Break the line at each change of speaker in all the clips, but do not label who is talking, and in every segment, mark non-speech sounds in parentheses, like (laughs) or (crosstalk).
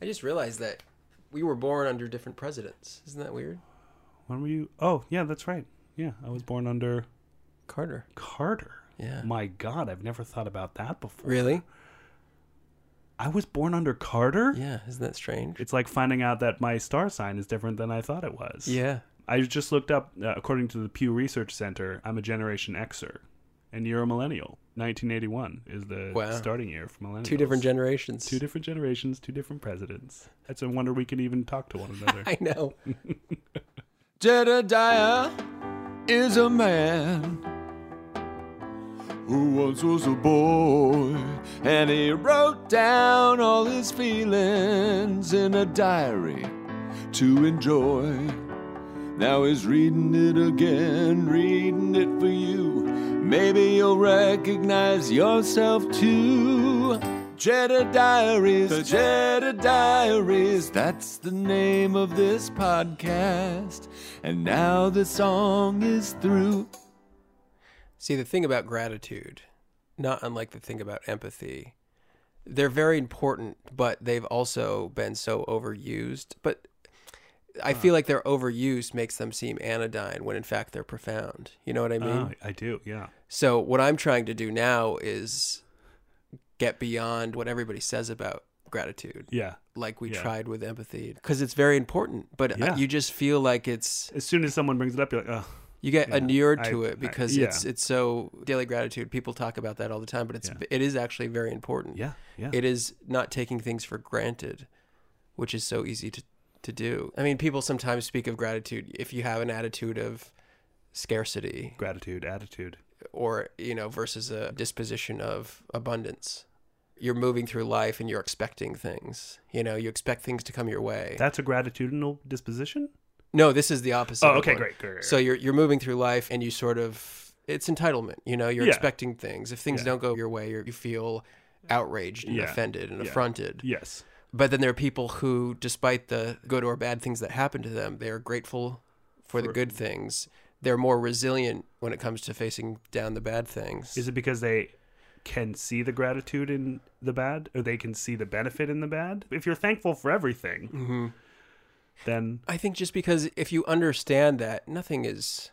I just realized that we were born under different presidents. Isn't that weird?
When were you? Oh, yeah, that's right. Yeah, I was born under
Carter.
Carter.
Yeah.
My God, I've never thought about that before.
Really?
I was born under Carter?
Yeah. Isn't that strange?
(laughs) It's like finding out that my star sign is different than I thought it was.
Yeah.
I just looked up, uh, according to the Pew Research Center, I'm a Generation Xer, and you're a millennial. 1981 is the
Wow.
starting year for millennials.
Two different generations.
Two different generations, two different presidents. It's a wonder we can even talk
(laughs)
to one another.
(laughs) I know.
Jedediah is a man who once was a boy, and he wrote down all his feelings in a diary to enjoy. Now he's reading it again, reading it for you. Maybe you'll recognize yourself too. Jeddah Diaries, the Jeddah Diaries, that's the name of this podcast. And now the song is through.
See, the thing about gratitude, not unlike the thing about empathy, they're very important, but they've also been so overused. But I feel like their overuse makes them seem anodyne when in fact they're profound. You know what I mean?
Ah, I do, yeah.
So what I'm trying to do now is get beyond what everybody says about gratitude,
Yeah.
like we
Yeah.
tried with empathy, because it's very important. But uh
Yeah.
you just feel like it's
As soon as someone brings it up, you're like, oh,
you get
Yeah.
inured to
I- I-
it because
yeah.
it's it's so daily gratitude. People talk about that all the time, but it's
Yeah.
it is actually very important.
yeah, yeah.
It is not taking things for granted, which is so easy to to do. I mean, people sometimes speak of gratitude if you have an attitude of scarcity
Gratitude, attitude.
or you know versus a disposition of abundance you're moving through life and you're expecting things you know you expect things to come your way
That's a gratitudinal disposition?
no this is the opposite
Oh,
of
okay,
one.
great, great, great.
so you're you're moving through life and you sort of it's entitlement you know you're
Yeah.
expecting things if things
Yeah.
don't go your way you're, you feel outraged and
Yeah.
offended and
Yeah.
affronted
Yes.
but then there are people who despite the good or bad things that happen to them they're grateful for the
For-
good things they're more resilient when it comes to facing down the bad things
Is it because they can see the gratitude in the bad, or they can see the benefit in the bad? If you're thankful for everything, then
I think just because if you understand that nothing is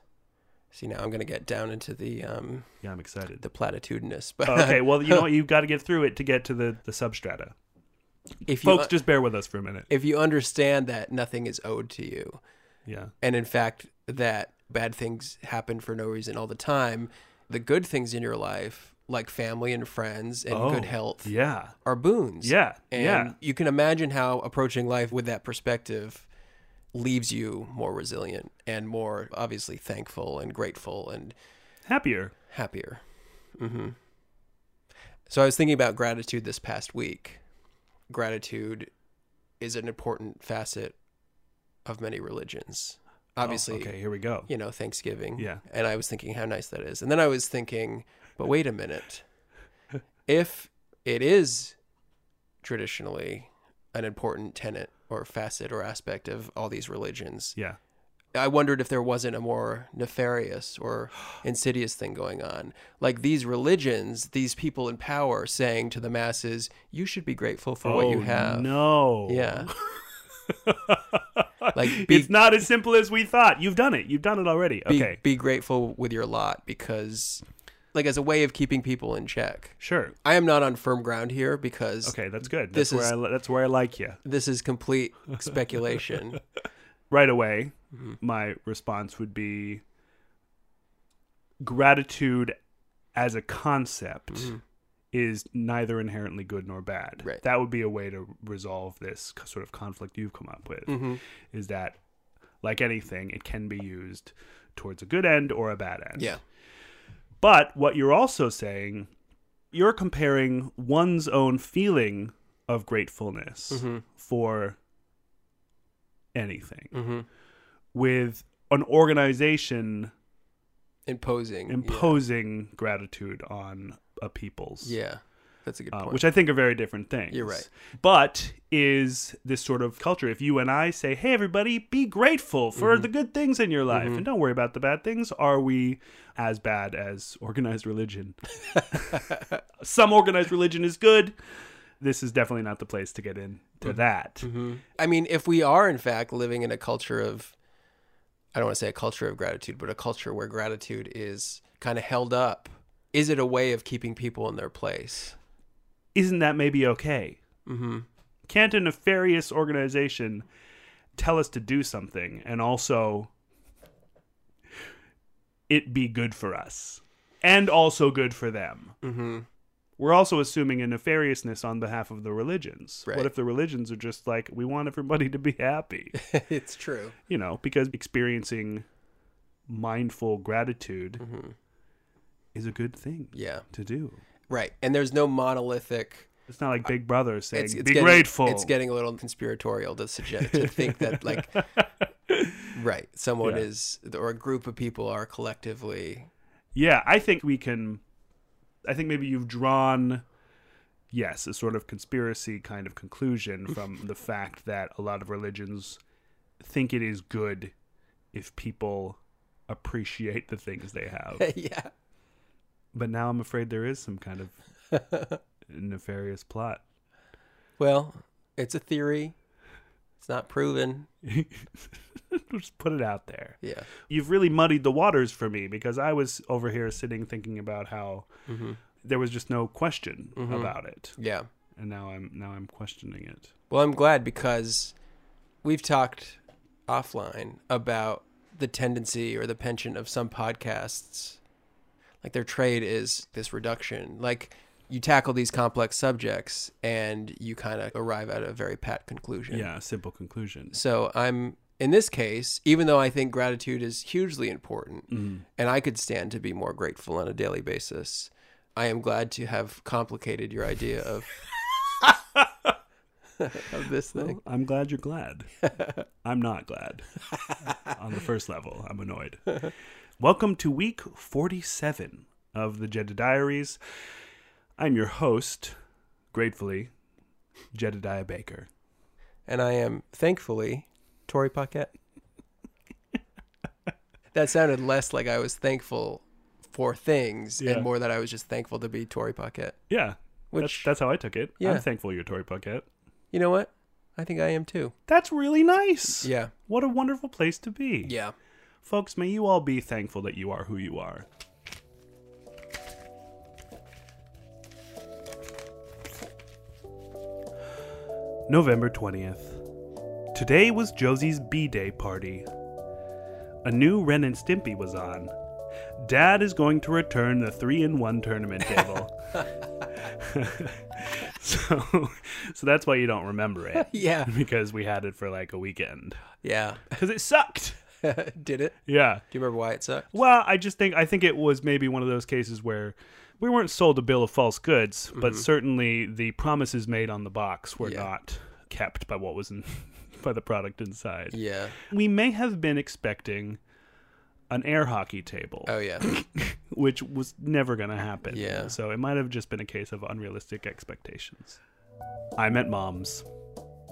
see now I'm going to get down into the um
yeah, I'm excited.
the platitudinous but
(laughs) okay, well, you know what? You've got to get through it to get to the, the substrata.
(laughs) if you
Folks, just bear with us for a minute.
if you understand that nothing is owed to you
Yeah.
and in fact that bad things happen for no reason all the time the good things in your life like family and friends and
Oh,
good health
Yeah.
are boons
Yeah.
and
yeah.
you can imagine how approaching life with that perspective leaves you more resilient and more obviously thankful and grateful and
Happier.
happier. hmm So I was thinking about gratitude this past week. Gratitude is an important facet of many religions.
Oh,
Obviously,
okay, here we go.
you know, Thanksgiving.
Yeah.
And I was thinking how nice that is. And then I was thinking, but wait a
(laughs)
minute. If it is traditionally an important tenet or facet or aspect of all these religions,
Yeah.
I wondered if there wasn't a more nefarious
(gasps)
or insidious thing going on. Like these religions, these people in power saying to the masses, you should be grateful for what you
Oh,
have.
No. (laughs)
Yeah. Like,
like
be-
it's not as simple as we thought. You've done it. You've done it already.
Be,
Okay.
be grateful with your lot because, like, as a way of keeping people in check.
Sure.
I am not on firm ground here because
Okay, that's good.
This
That's where
is-
I li- that's where I like you.
this is complete
(laughs)
speculation.
Right away,
Mm-hmm.
my response would be gratitude as a concept is neither inherently good nor bad.
Mm-hmm. Right.
That would be a way to resolve this c- sort of conflict you've come up with.
Mm. Mm-hmm.
Is that like anything, it can be used towards a good end or a bad end.
yeah.
But what you're also saying, you're comparing one's own feeling of gratefulness
Mm-hmm.
for anything
Mm-hmm.
with an organization
Imposing.
imposing gratitude on a people's.
Yeah. Yeah. That's a good
uh,
point.
which I think are very different things.
You're right.
But is this sort of culture? If you and I say, "Hey, everybody, be grateful for
Mm-hmm.
the good things in your life and don't worry about the bad things," are we as
(laughs)
bad as organized religion? Some organized religion is good. this is definitely not the place to get into
Mm-hmm.
that.
Hmm. I mean, if we are in fact living in a culture of, I don't want to say a culture of gratitude, but a culture where gratitude is kind of held up, is it a way of keeping people in their place?
Isn't that maybe okay? (laughs) Mm-hmm. Can't a nefarious organization tell us to do something and also it be good for us and also good for them? Mm-hmm. We're also assuming a nefariousness on behalf of the religions.
Right.
What if the religions are just like, we want everybody to be
(laughs)
happy?
it's true.
you know, because experiencing mindful gratitude is a good thing
Mm-hmm. Yeah.
to do.
Right. And there's no monolithic.
It's not like Big Brother saying,
It's, it's
be
getting,
grateful.
It's getting a little conspiratorial to suggest to think that
(laughs)
like, right, someone
Yeah.
is or a group of people are collectively (laughs)
yeah, I think we can. I think maybe you've drawn, yes, a sort of conspiracy kind of conclusion from the fact that a lot of religions think it is good if people appreciate the things they have.
yeah.
but now I'm afraid there is some kind of nefarious plot. (laughs)
Well, it's a theory. It's not proven.
Just put it out there.
Yeah.
you've really muddied the waters for me because I was over here sitting thinking about how there was just no question about it,
Yeah.
and now I'm now I'm questioning it.
Well, I'm glad because we've talked offline about the tendency or the penchant of some podcasts. Like their trade is this reduction. Like you tackle these complex subjects and you kind of arrive at a very pat conclusion.
Yeah, simple conclusion.
So I'm in this case, even though I think gratitude is hugely important and I could stand to be more grateful on a daily basis, I am glad to have complicated your idea of (laughs) of this thing.
I'm glad you're (laughs) glad. I'm not glad. (laughs) On the first level, I'm annoyed. Welcome to week 47 of the Jeddah Diaries. I'm your host, gratefully, Jedediah Baker.
And I am thankfully Tori Paquette. that sounded less like I was thankful for things
Yeah.
and more that I was just thankful to be Tori Paquette.
Yeah,
Which-
that's, that's how I took it.
Yeah.
I'm thankful you're Tory Puckett.
You know what? I think I am too.
That's really nice.
Yeah.
What a wonderful place to be.
Yeah.
Folks, may you all be thankful that you are who you are. November 20th. Today was Josie's B Day party. A new Ren and Stimpy was on. Dad is going to return the 3 in 1 tournament table. (laughs) so, so that's why you don't remember it.
(laughs) Yeah.
Because we had it for like a weekend.
Yeah. (laughs)
Because it sucked.
Did it?
Yeah.
Do you remember why it sucked?
Well, I just think I think it was maybe one of those cases where we weren't sold a bill of false goods, but certainly the promises made on the box were
Mm-hmm. Yeah.
not kept by what was in (laughs) by the product inside.
Yeah.
We may have been expecting an air hockey table,
Oh yeah.
which was never going to happen.
Yeah.
So it might have just been a case of unrealistic expectations. I'm at mom's.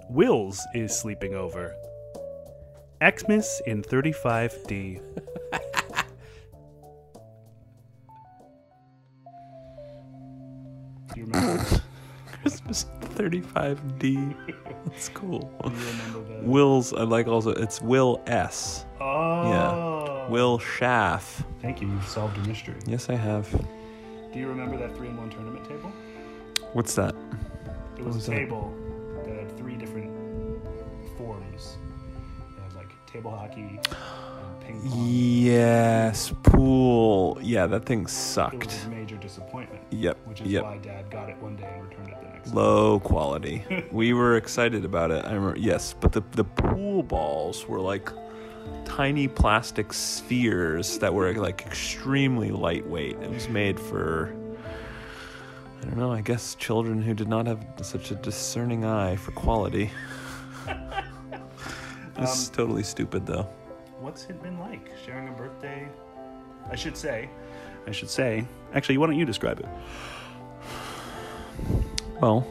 Wills is sleeping over. Xmas in 35D. Do you remember?
(laughs) Christmas 35D. That's cool.
that?
Will's, I like also, it's Will S.
Oh.
Will Schaff.
Thank you. You've solved a mystery.
Yes, I have.
Do you remember that three in one tournament table?
What's that?
It was,
was
a
that?
table that had three different forms. It had like table hockey, and ping pong.
Yes, pool. Yeah, that thing
It was a
sucked.
major disappointment.
Yep,
Which is
yep.
why Dad got it one day and returned it the next. day.
(laughs)
Low quality. we were excited about it. I remember, yes, but the, the pool balls were like tiny plastic spheres that were like extremely lightweight. It was made for, I don't know, I guess children who did not have such a discerning eye for quality. This is totally stupid, though.
What's it been like sharing a birthday? I should say. I should say. Actually, why don't you describe it?
Well,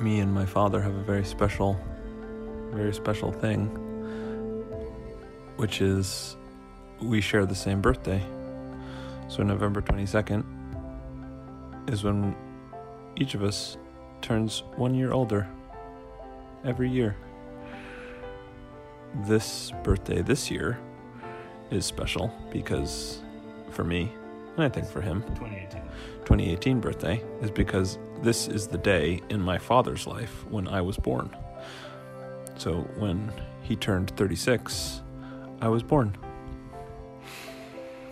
me and my father have a very special, very special thing, which is we share the same birthday. So, November 22nd is when each of us turns one year older every year. This birthday this year is special because for me, and I think for him,
2018.
2018 birthday is because this is the day in my father's life when I was born. So when he turned 36, I was born.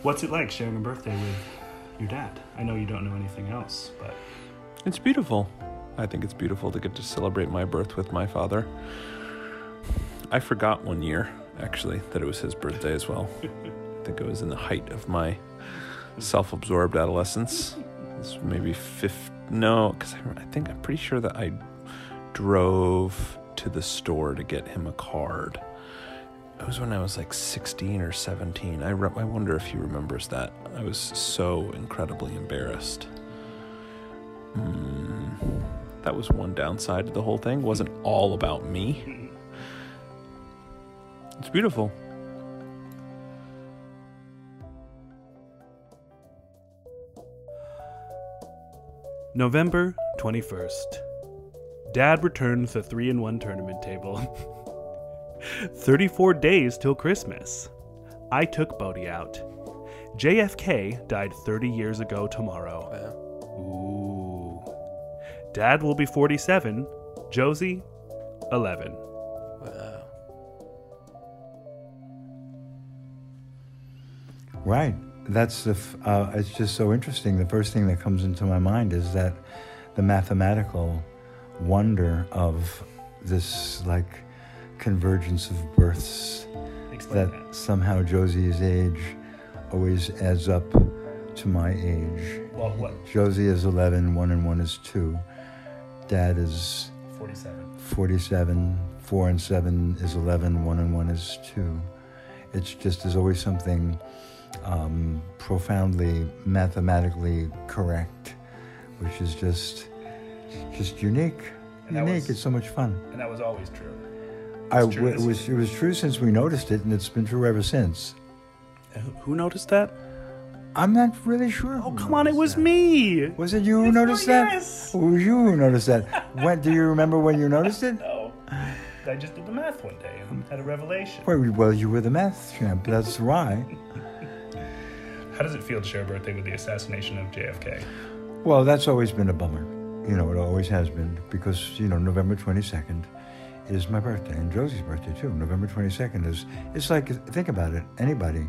What's it like sharing a birthday with your dad? I know you don't know anything else, but
It's beautiful. I think it's beautiful to get to celebrate my birth with my father. I forgot one year, actually, that it was his birthday as well. I think it was in the height of my self absorbed adolescence. It's maybe fifth. No, because I, I think I'm pretty sure that I drove to the store to get him a card. It was when I was like 16 or 17. I, re- I wonder if he remembers that. I was so incredibly embarrassed. Hmm. That was one downside to the whole thing. wasn't all about me. It's beautiful.
November 21st. Dad returns the 3 in 1 tournament table. (laughs) 34 days till Christmas. I took Bodhi out. JFK died 30 years ago tomorrow.
Wow.
Ooh. Dad will be 47. Josie, 11.
Wow.
Right. That's the. F- uh, it's just so interesting. The first thing that comes into my mind is that the mathematical wonder of this like convergence of births
Explain
that
that.
somehow Josie's age always adds up to my age.
Well, what?
Josie is 11, 1 and 1 is 2. Dad is
47.
47, 4 and 7 is 11, 1 and 1 is 2. It's just, there's always something um, profoundly mathematically correct, which is just just unique.
And that
unique.
was-
it's so much fun.
And that was always true.
I,
was true
w- it,
this
was, it was true since we noticed it, and it's been true ever since.
Who noticed that?
I'm not really sure.
Oh,
who
come on, it
noticed
was
that.
me.
Was it you who
It's not-
noticed that?
yes.
Or was you who noticed that? when do you remember when you noticed it?
(laughs) No. I just did the math one day and had a revelation.
Well, well, you were the math champ. That's why.
How does it feel to share a birthday with the assassination of JFK?
Well, that's always been a bummer. You know, it always has been because, you know, November 22nd is my birthday and Josie's birthday too. November 22nd is, it's like, think about it, anybody,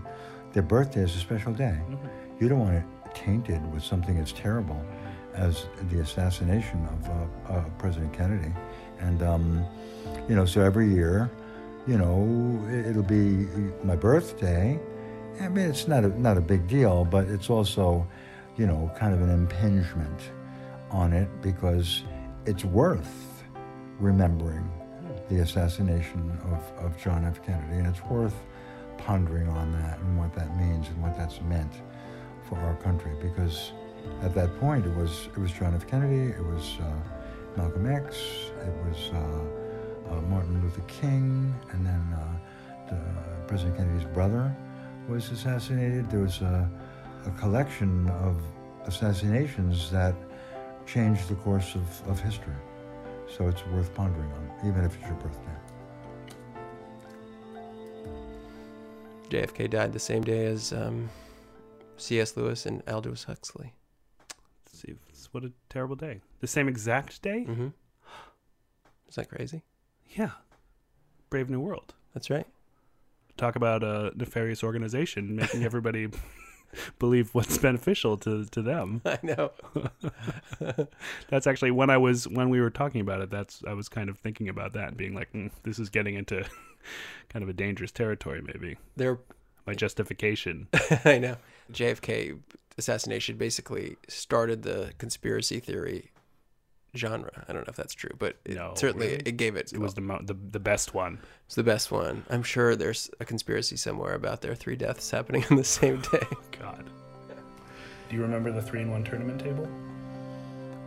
their birthday is a special day. You don't want it tainted with something as terrible as the assassination of uh, uh, President Kennedy. And, um, you know, so every year, you know, it- it'll be my birthday. I mean, it's not a, not a big deal, but it's also, you know, kind of an impingement on it because it's worth remembering the assassination of, of John F. Kennedy, and it's worth pondering on that and what that means and what that's meant for our country because at that point it was it was John F. Kennedy, it was uh, Malcolm X, it was uh, uh, Martin Luther King, and then uh, the, President Kennedy's brother was assassinated. There was a, a collection of assassinations that changed the course of, of history. So it's worth pondering on, even if it's your birthday.
JFK died the same day as um, C.S. Lewis and Aldous Huxley.
See, it's- what a terrible day. The same exact day?
Mm-hmm. Is that crazy?
Yeah. Brave New World.
That's right. (laughs)
Talk about a nefarious organization (laughs) making everybody believe what's beneficial to, to them.
I know. (laughs)
That's actually when I was when we were talking about it. That's I was kind of thinking about that and being like, mm, this is getting into (laughs) kind of a dangerous territory. Maybe
They're
my justification.
(laughs) I know. JFK assassination basically started the conspiracy theory genre. I don't know if that's true, but it
No,
certainly
really?
it gave it.
It was the, mo- the the best one.
it's the best one. I'm sure there's a conspiracy somewhere about their three deaths happening on the same (laughs) day.
God. Do you remember the three in one tournament table?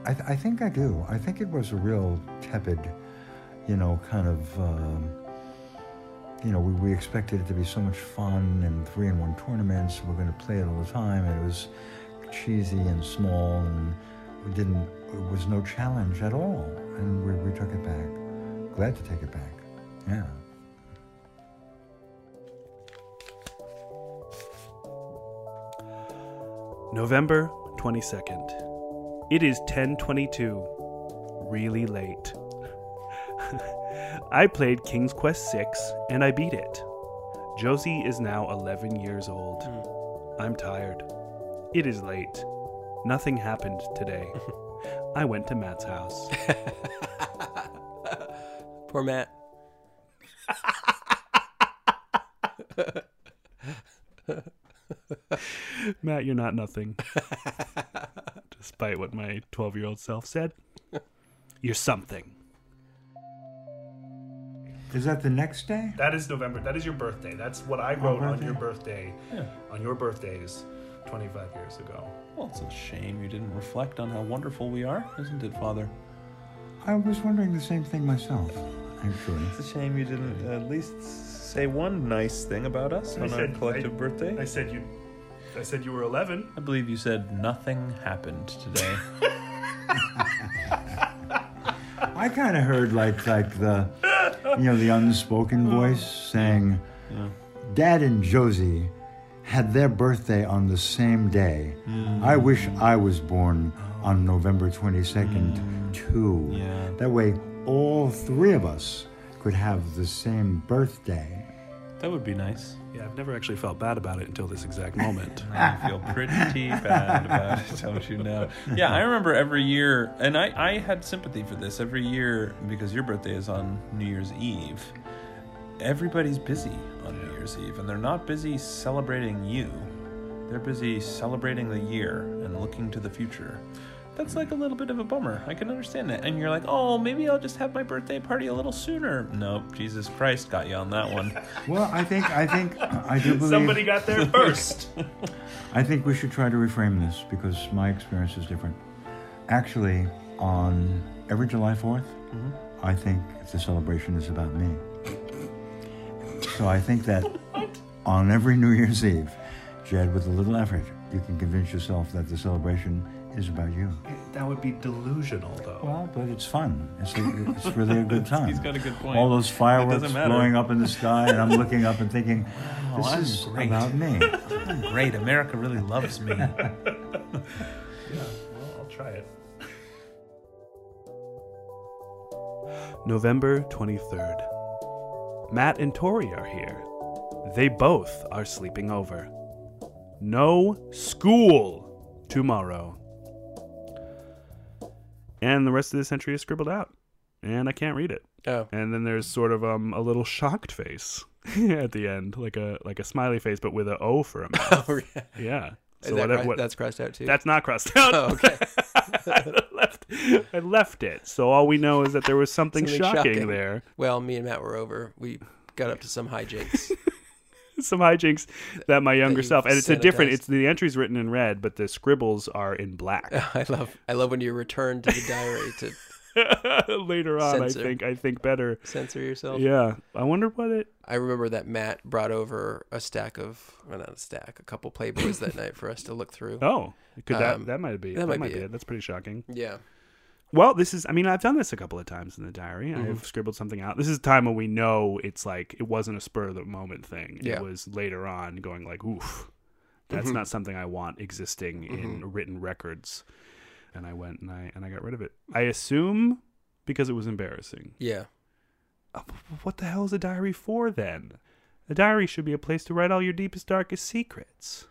I, th- I think I do. I think it was a real tepid, you know, kind of, um, you know, we, we expected it to be so much fun and three in one tournaments. We're going to play it all the time. And it was cheesy and small and didn't it was no challenge at all, and we, we took it back. Glad to take it back. Yeah.
November 22nd. It is 10:22. Really late. (laughs) I played King's Quest 6 and I beat it. Josie is now 11 years old. I'm tired. It is late. Nothing happened today. I went to Matt's house.
Poor Matt.
Matt, you're not nothing. (laughs) Despite what my 12 year old self said, you're something.
Is that the next day?
That is November. That is your birthday. That's what I
wrote on your
birthday, on your birthdays 25 years ago.
Well, it's a shame you didn't reflect on how wonderful we are, isn't it, Father?
I was wondering the same thing myself, actually.
It's a shame you didn't at least say one nice thing about us on our collective birthday. I,
said you I said you were 11.
believe you said nothing happened today. (laughs)
I kind of heard like like the you know
(laughs)
the unspoken voice saying, "Dad and Josie had their birthday on the same day.
Mm.
I wish I was born
Oh.
on November twenty second
Mm.
too.
Yeah.
That way, all three of us could have the same birthday."
that would be nice.
Yeah, I've never actually felt bad about it until this exact moment.
I feel (laughs) pretty bad about it, don't you know? Yeah, I remember every year, and I, I had sympathy for this every year because your birthday is on New Year's Eve. Everybody's busy on New Year's Eve, and they're not busy celebrating you. They're busy celebrating the year and looking to the future. That's like a little bit of a bummer. I can understand that. And you're like, oh, maybe I'll just have my birthday party a little sooner. Nope, Jesus Christ got you on that one.
Well, I think I think I do
(laughs) (laughs)
believe
Somebody got
(laughs)
there first.
I think we should try to reframe this because my experience is different. Actually, on every July 4th,
Mm-hmm.
I think the celebration is about me. so I
(laughs)
think that on every New Year's Eve, Jed, with a little effort, you can convince yourself that the celebration is about you.
that would be delusional, though.
Well, but it's fun. It's, a, it's really a good
(laughs)
time.
He's got a good point.
All those fireworks
matter.
blowing up in the sky, and I'm looking up and
(laughs)
thinking, this
I'm
is
great."
about
(laughs)
me.
(laughs) Great, America really loves me.
Well, I'll try it. November 23rd. Matt and Tori are here. They both are sleeping over. No school tomorrow. And the rest of this entry is scribbled out, and I can't read it.
Oh,
and then there's sort of um a little shocked face (laughs) at the end, like a like a smiley face, but with a O for
(laughs)
a
(laughs)
mouth.
Oh, yeah.
yeah.
Is
So
that
what,
cru-
what,
that's crossed out too.
that's not crossed out.
Oh, okay.
(laughs) I left. I left it. So all we know is that there was something,
Something
shocking,
shocking.
there. (laughs)
Well, me and Matt were over. We got up to some
(laughs)
hijinks.
Some hijinks that my younger
you've
self and it's a different.
sanitized.
It's the entries written in red, but the scribbles are in black.
I love, I love when you return to the diary to
(laughs) Later on,
Censor.
I think I think better.
censor yourself.
Yeah, I wonder what it.
I remember that Matt brought over a stack of, well, not a stack, a couple Playboys that night for us to look through.
Oh, could that
Um,
that might be
that
that
might
might
be
be
it.
it. That's pretty shocking.
Yeah.
Well, this is, I mean, I've done this a couple of times in the diary.
Mm-hmm.
I've scribbled something out. This is a time when we know it's like, it wasn't a spur of the moment thing.
Yeah. Mm-hmm.
It was later on going like, oof, that's not something I want existing in written records. And I went and I, and I got rid of it. I assume because it was embarrassing.
Yeah.
Uh, What the hell is a diary for then? A diary should be a place to write all your deepest, darkest secrets.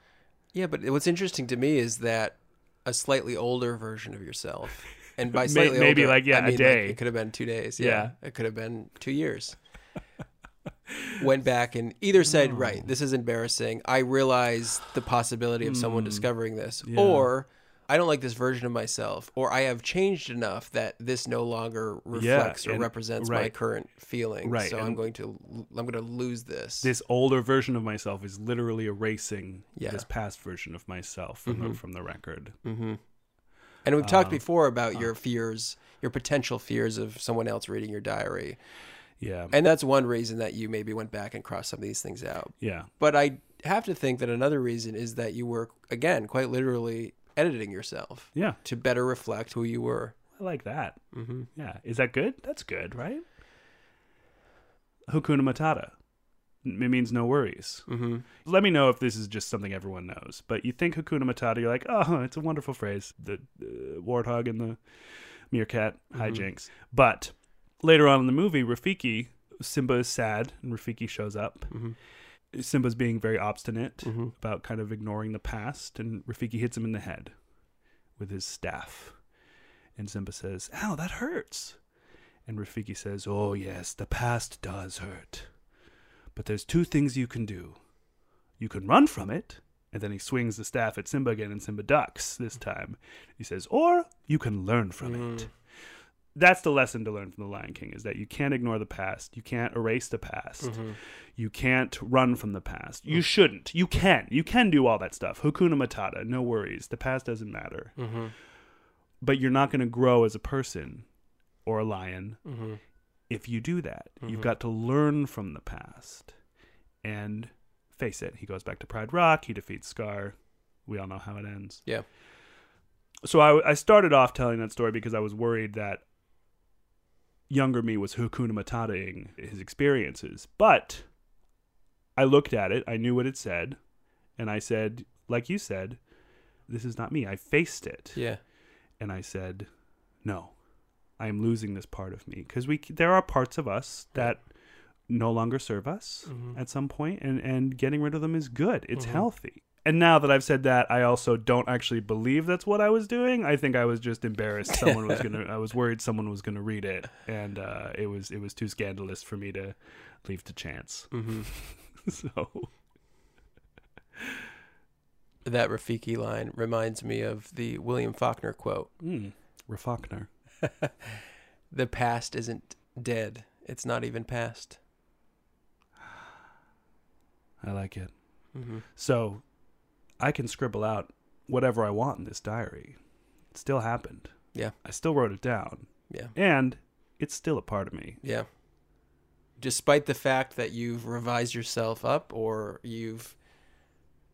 Yeah, but what's interesting to me is that a slightly older version of yourself, and by
(laughs) May-
slightly
maybe
older,
like, yeah,
I
a
mean,
day.
it could have been two days.
Yeah.
Yeah, it could have been two years. Went back and either said,
Hmm.
"Right, this is embarrassing. I realize the possibility of
Hmm.
someone discovering this," or "I don't like this version of myself," or "I have changed enough that this no longer reflects or
and-
represents my
right.
current feeling.
Right,
So I'm
and-
going to I'm going to lose this."
this older version of myself is literally erasing
Yeah. Mm-hmm.
this past version of myself from, the, from the record.
And we've talked before about your fears, your potential fears of someone else reading your diary.
Yeah.
And that's one reason that you maybe went back and crossed some of these things out.
yeah.
But I have to think that another reason is that you were, again, quite literally editing yourself
Yeah,
to better reflect who you were.
I like that.
Mm-hmm.
Yeah, is that good? That's good, right? Hakuna Matata. It means no worries.
Mm-hmm.
Let me know if this is just something everyone knows. But you think Hakuna Matata, you're like, oh, it's a wonderful phrase. The uh, warthog and the meerkat hijinks. But later on in the movie, Rafiki, Simba is sad, and Rafiki shows up. Simba's being very obstinate about kind of ignoring the past, and Rafiki hits him in the head with his staff. And Simba says, Ow, that hurts. And Rafiki says, Oh, yes, the past does hurt. But there's two things you can do you can run from it. And then he swings the staff at Simba again, and Simba ducks this time. He says, Or you can learn from it. That's the lesson to learn from The Lion King is that you can't ignore the past. You can't erase the past. You can't run from the past. You shouldn't. You can. You can do all that stuff. Hakuna Matata, no worries. The past doesn't matter. But you're not going to grow as a person or a lion if you do that. You've got to learn from the past and face it. He goes back to Pride Rock. He defeats Scar. We all know how it ends.
Yeah.
So I, I started off telling that story because I was worried that younger me was Hakuna Matataing his experiences. But I looked at it. I knew what it said. And I said, like you said, this is not me. I faced it
Yeah.
and I said, "No, I am losing this part of me because we there are parts of us that no longer serve us at some point, and and getting rid of them is good. It's healthy." And now that I've said that, I also don't actually believe that's what I was doing. I think I was just embarrassed. Someone was gonna. I was worried someone was gonna read it, and uh, it was it was too scandalous for me to leave to chance. (laughs)
Mm-hmm. (laughs)
so
That Rafiki line reminds me of the William Faulkner quote
mm, Rafakner.
The past isn't dead, it's not even past.
I like it. So I can scribble out whatever I want in this diary. It still happened.
Yeah.
I still wrote it down.
Yeah.
And it's still a part of me.
Yeah. Despite the fact that you've revised yourself up or you've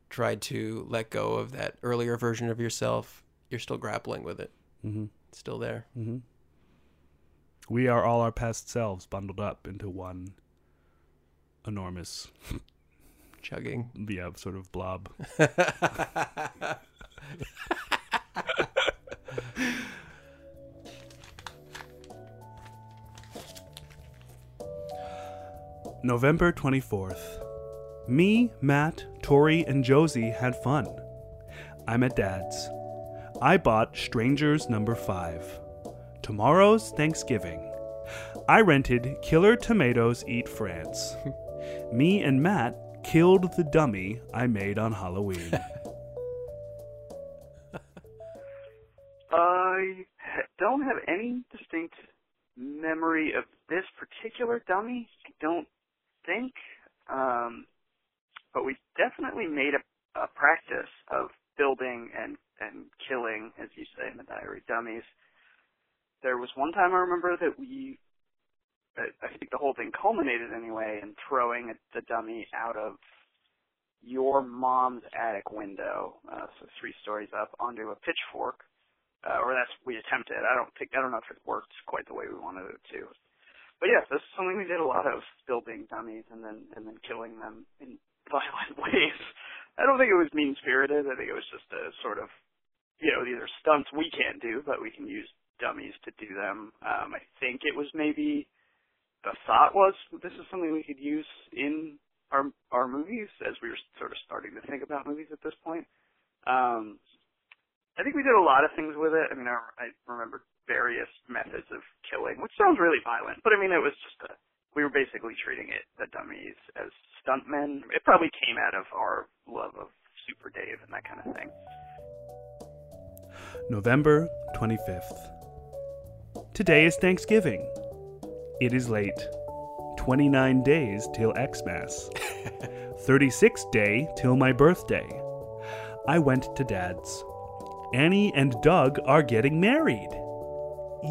tried to let go of that earlier version of yourself, you're still grappling with it.
Mhm.
It's still there.
We are all our past selves bundled up into one enormous,
Chugging.
yeah, sort of blob. November 24th. Me, Matt, Tori, and Josie had fun. I'm at Dad's. I bought Strangers number 5. Tomorrow's Thanksgiving. I rented Killer Tomatoes Eat France. Me and Matt killed the dummy I made
(laughs)
on Halloween.
I ha- don't have any distinct memory of this particular dummy. I don't think, um, but we definitely made a, a practice of building and and killing, as you say in the diary, dummies. There was one time I remember that we, I I think the whole thing culminated anyway in throwing a, the dummy out of your mom's attic window, uh, so three stories up, onto a pitchfork uh, or that's we attempted. I don't think I don't know if it worked quite the way we wanted it to. But yeah, this is something we did a lot of building dummies and then and then killing them in (laughs) violent ways. I don't think it was mean spirited. I think it was just a sort of you know these are stunts we can't do, but we can use dummies to do them. Um, I think it was maybe the thought was this is something we could use in our our movies as we were sort of starting to think about movies at this point. Um, I think we did a lot of things with it. I mean, I, I remember various methods of killing, which sounds really violent, but I mean, it was just a, we were basically treating it, the dummies, as stuntmen. It probably came out of our love of Super Dave and that kind of thing.
November 25th. Today is Thanksgiving. It is late. 29 days till
(laughs)
Xmas. 36 day till my birthday. I went to dad's. Annie and Doug are getting married.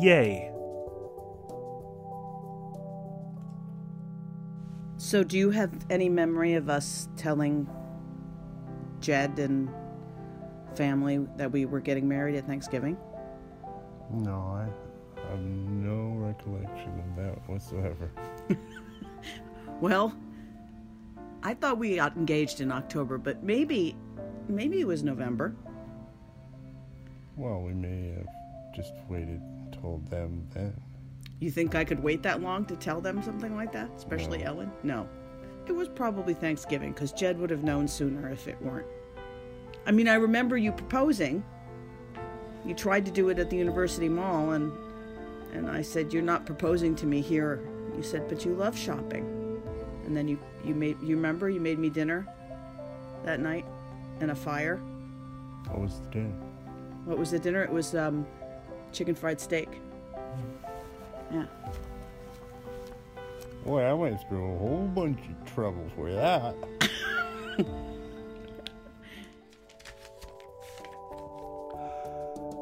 Yay.
So, do you have any memory of us telling Jed and family that we were getting married at Thanksgiving?
No, I have no recollection of that whatsoever.
Well, I thought we got engaged in October, but maybe, maybe it was November.
Well, we may have just waited and told them then.
You think I could wait that long to tell them something like that, especially
No.
Ellen? No. It was probably Thanksgiving because Jed would have known sooner if it weren't. I mean, I remember you proposing. You tried to do it at the University Mall, and and I said you're not proposing to me here. You said, but you love shopping. And then you you made you remember you made me dinner that night and a fire.
What was the dinner?
What was the dinner? It was um, chicken fried steak. Yeah.
Boy, I went through a whole bunch of trouble for that.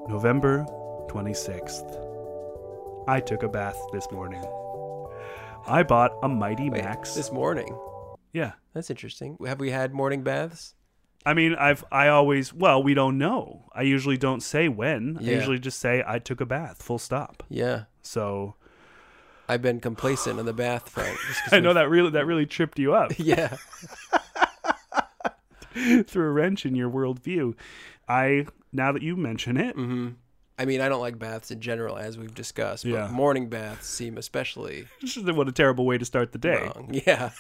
November 26th. I took a bath this morning. I bought a Mighty
Wait,
Max.
this morning.
yeah.
That's interesting. Have we had morning baths?
I mean, I've I always well, we don't know. I usually don't say when. I
Yeah.
usually just say I took a bath, full stop.
Yeah,
So
I've been complacent on the bath
(laughs)
front. just 'cause
I know
we've-
that really that really tripped you up.
(laughs) Yeah,
threw a wrench in your worldview. I now that you mention it,
I mean, I don't like baths in general, as we've discussed. But
Yeah.
morning baths seem especially
(laughs) what a terrible way to start the day.
wrong. (laughs) Yeah,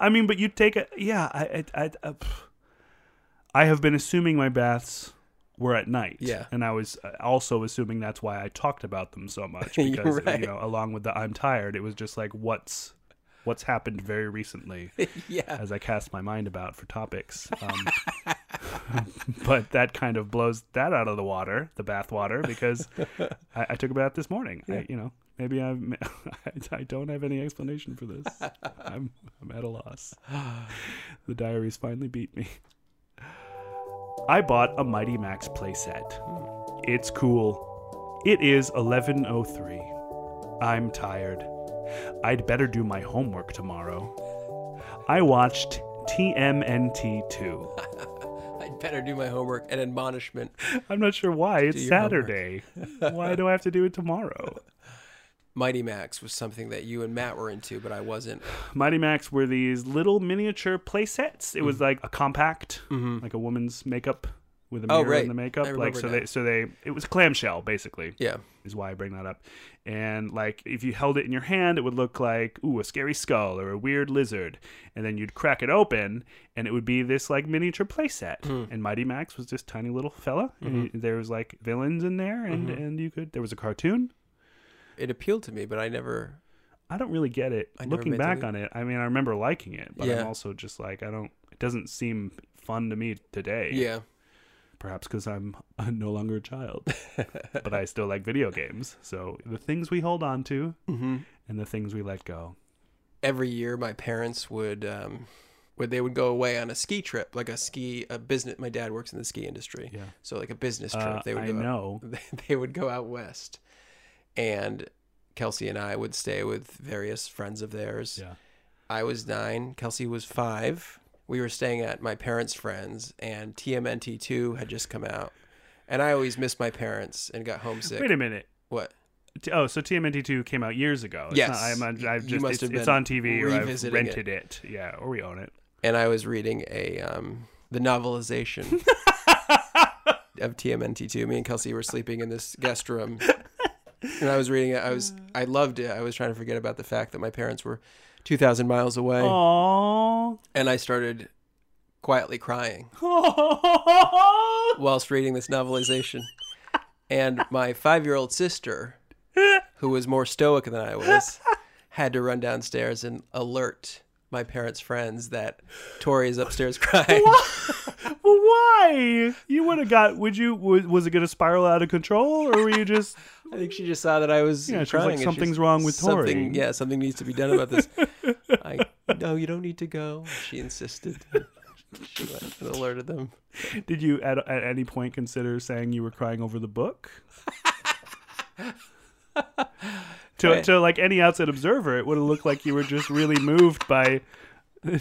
I mean, but you take a yeah. I I, I, uh, pff. I have been assuming my baths were at night.
Yeah.
and I was uh, also assuming that's why I talked about them so
(laughs)
much
You're
because
right.
you know, along with the I'm tired, it was just like what's what's happened very recently
yeah.
as I cast my mind about for topics. Um, (laughs) but that kind of blows that out of the water, the bath water, because I, I took a bath this morning. I, you know, maybe I'm, (laughs) I, I don't have any explanation for this. I'm, I'm at a loss. The diaries finally beat me. I bought a Mighty Max playset. It's cool. It is 11:03. I'm tired. I'd better do my homework tomorrow. I watched
(laughs)
TMNT2.
I'd better do my homework. An admonishment.
I'm not sure why. It's
your
Saturday. why do I have to do it
(laughs)
tomorrow?
Mighty Max was something that you and Matt were into, but I wasn't.
Mighty Max were these little miniature play sets. It
Mm-hmm.
was like a compact, like a woman's makeup with a
Oh,
mirror
right.
in the makeup.
I
Like
remember
so
now.
they so they it was clamshell basically.
Yeah,
is why I bring that up. And like if you held it in your hand, it would look like ooh a scary skull or a weird lizard, and then you'd crack it open, and it would be this like miniature playset.
Hmm.
And Mighty Max was this tiny little fella, and
Mm-hmm.
he- there was like villains in there, and and you could there was a cartoon.
it appealed to me, but I never.
I don't really get it.
I never
Looking
meant to
back
leave.
on it, I mean I remember liking it, but
Yeah.
I'm also just like I don't. It doesn't seem fun to me today.
Yeah,
Perhaps because I'm (laughs) no longer a child,
(laughs)
but I still like video games. So the things we hold on to
Mm-hmm.
and the things we let go.
every year my parents would um would they would go away on a ski trip like a ski a business my dad works in the ski industry
Yeah.
so like a business trip
Uh,
they would
I
go out-
know.
(laughs) they, they would go out west and kelsey and i would stay with various friends of theirs
Yeah.
i was nine kelsey was five we were staying at my parents friends and tmnt2 had just come out and i always missed my parents and got homesick
Wait a minute.
what
T- Oh, so TMNT2 came out years ago. It's
Yes.
Not, I'm, I've
You
just,
must
it's,
have
it's
been
on TV or I've
revisiting
rented it. Yeah, or we own it.
and I was reading a um, the novelization of TMNT2. Me and Kelsey were sleeping in this guest room, and I was reading it. I was I loved it. I was trying to forget about the fact that my parents were two thousand miles away,
Aww.
and I started quietly crying whilst reading this novelization. And my five year old sister, who was more stoic than I was, had to run downstairs and alert my parents' friends that Tori is upstairs crying.
well, (laughs) why? You would have got, would you, was, was it going to spiral out of control or were you just,
I think she just saw that I was
Yeah, she was
crying.
like,
and
"Something's
she's-
wrong with Tori."
something- Yeah, something needs to be done about this. (laughs) I no, you don't need to go. She insisted. (laughs) She went and alerted them.
did you at, at any point consider saying you were crying over
(laughs)
the book? to, to like any outside observer, it would have looked like you were just really moved by (laughs) the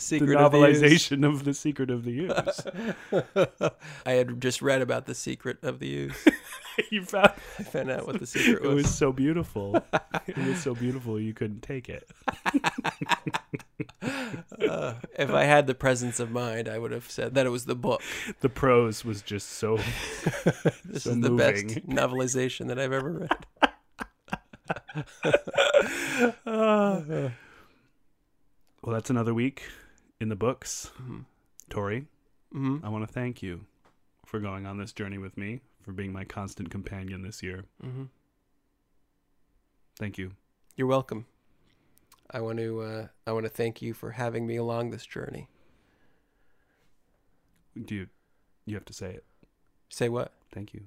Secret of the Ooze.
novelization of the Secret of the
(laughs)
Ooze.
I had just read about the secret of the use.
you found
I found out what the secret
(laughs) it
was.
was so beautiful. it was so beautiful you couldn't take it.
Uh, if I had the presence of mind, I would have said that it was the
(laughs)
book.
The prose was just
(laughs)
so
This
So
is the best
moving. (laughs)
novelization that I've ever read.
Uh, well, that's another week in the books. Tori,
hmm
I want to thank you for going on this journey with me, for being my constant companion this year.
hmm
Thank you.
You're welcome. I want to uh, I want to thank you for having me along this journey.
Do you, you have to say it?
Say what?
Thank you.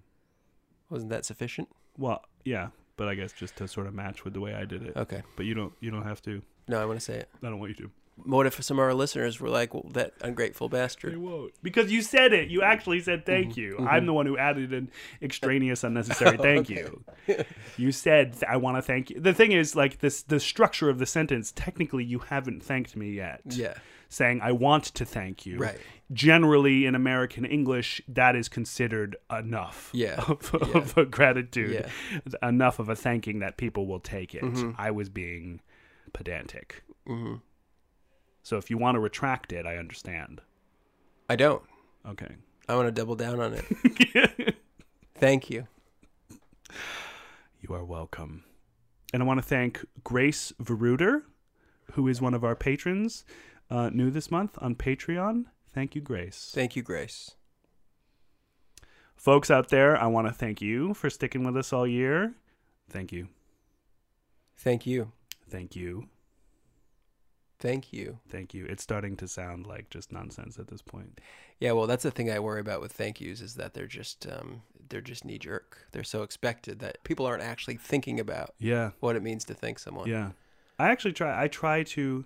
Wasn't that sufficient?
Well, yeah, but I guess just to sort of match with the way I did it.
Okay.
But you don't you don't have to.
No, I want to say it.
I don't want you to.
What if some of our listeners were like, well, "That ungrateful bastard"?
won't. Because you said it. You actually said thank you. I'm the one who added an extraneous, unnecessary (laughs) thank you. You said th- I want to thank you. The thing is, like this, the structure of the sentence. Technically, you haven't thanked me yet.
Yeah.
Saying I want to thank you.
Right.
Generally, in American English, that is considered enough.
Yeah.
(laughs) Of, of a gratitude. Enough of a thanking that people will take it.
Mm-hmm.
I was being pedantic.
Mhm.
So if you want to retract it, I understand.
I don't.
Okay. (laughs)
I want to double down on it. Thank you.
You are welcome. And I want to thank Grace Veruder, who is one of our patrons, uh, new this month on Patreon. Thank you, Grace.
Thank you, Grace.
Folks out there, I want to thank you for sticking with us all year. Thank you.
Thank you.
Thank you.
Thank you.
Thank you. It's starting to sound like just nonsense at this point.
Yeah, well, that's the thing I worry about with thank yous is that they're just um, they're just knee jerk. They're so expected that people aren't actually thinking about
Yeah.
what it means to thank someone.
Yeah. I actually try I try to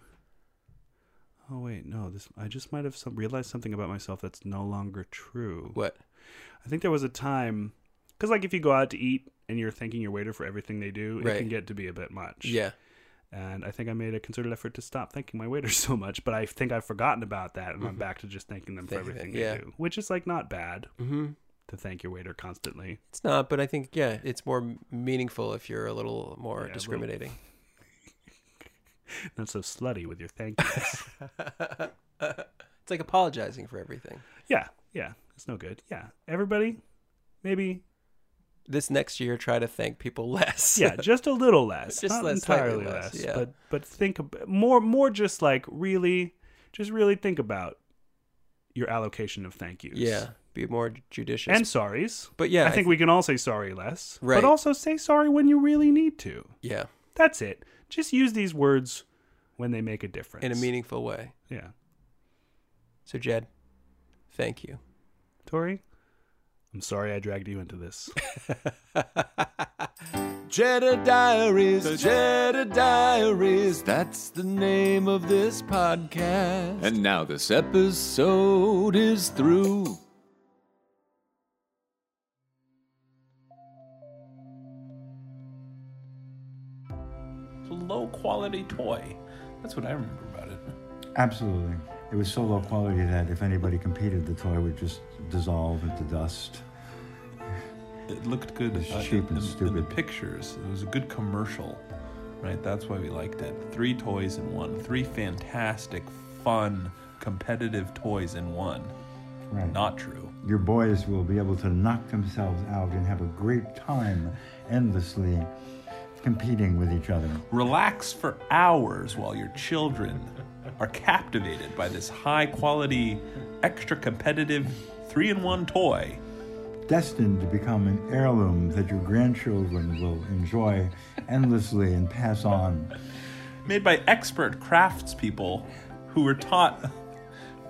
Oh wait, no, this I just might have some realized something about myself that's no longer true.
What?
I think there was a time because like if you go out to eat and you're thanking your waiter for everything they do, it
Right.
can get to be a bit much.
Yeah.
And I think I made a concerted effort to stop thanking my waiters (laughs) so much, but I think I've forgotten about that, and I'm back to just thanking them for
Mm-hmm. Thank-
everything
yeah.
they do, which is like not bad
Mm-hmm.
to thank your waiter constantly.
It's not, but I think yeah, it's more m- meaningful if you're a little more
little- (laughs)
discriminating.
Not so slutty with
(laughs)
your thank yous.
It's like apologizing for everything.
yeah, yeah, it's no good. Yeah, everybody,
(laughs)
maybe
This next year, try to thank people (laughs) less.
yeah, just a little less,
Just
not
less, slightly
entirely
less,
less,
yeah.
but but think ab- more more just like really, just really think about your allocation of thank yous.
yeah. Be more judicious.
and sorries.
but yeah,
I think we can all say sorry less,
Right.
but also say sorry when you really need to.
yeah,
That's it. Just use these words when they make a difference.
in a meaningful way.
Yeah.
So Jed, thank you.
Tori, I'm sorry I dragged you into this.
Jedi Diaries, the Jedi Diaries, that's the name of this podcast. And now this episode is through.
Low quality toy. That's what I remember about it.
Absolutely. It was so low quality that if anybody competed, the toy would just dissolve into dust.
It looked good.
It's
uh,
cheap
in, in- in
and
the
stupid.
pictures. It was a good commercial, right? That's why we liked it. Three toys in one. Three fantastic, fun, competitive toys in one.
Right.
Not true.
Your boys will be able to knock themselves out and have a great time endlessly competing with each other.
Relax for hours while your children are captivated by this high quality, extra competitive three in one toy.
destined to become an heirloom that your grandchildren will enjoy endlessly and pass on.
made by expert craftspeople who were taught,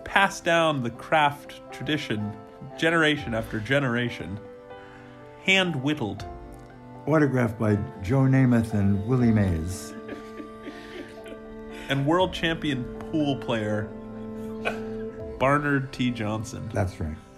passed down the craft tradition generation after generation, hand whittled.
Autographed by Joe Namath and Willie Mays.
And world champion pool player Barnard T. Johnson.
That's right.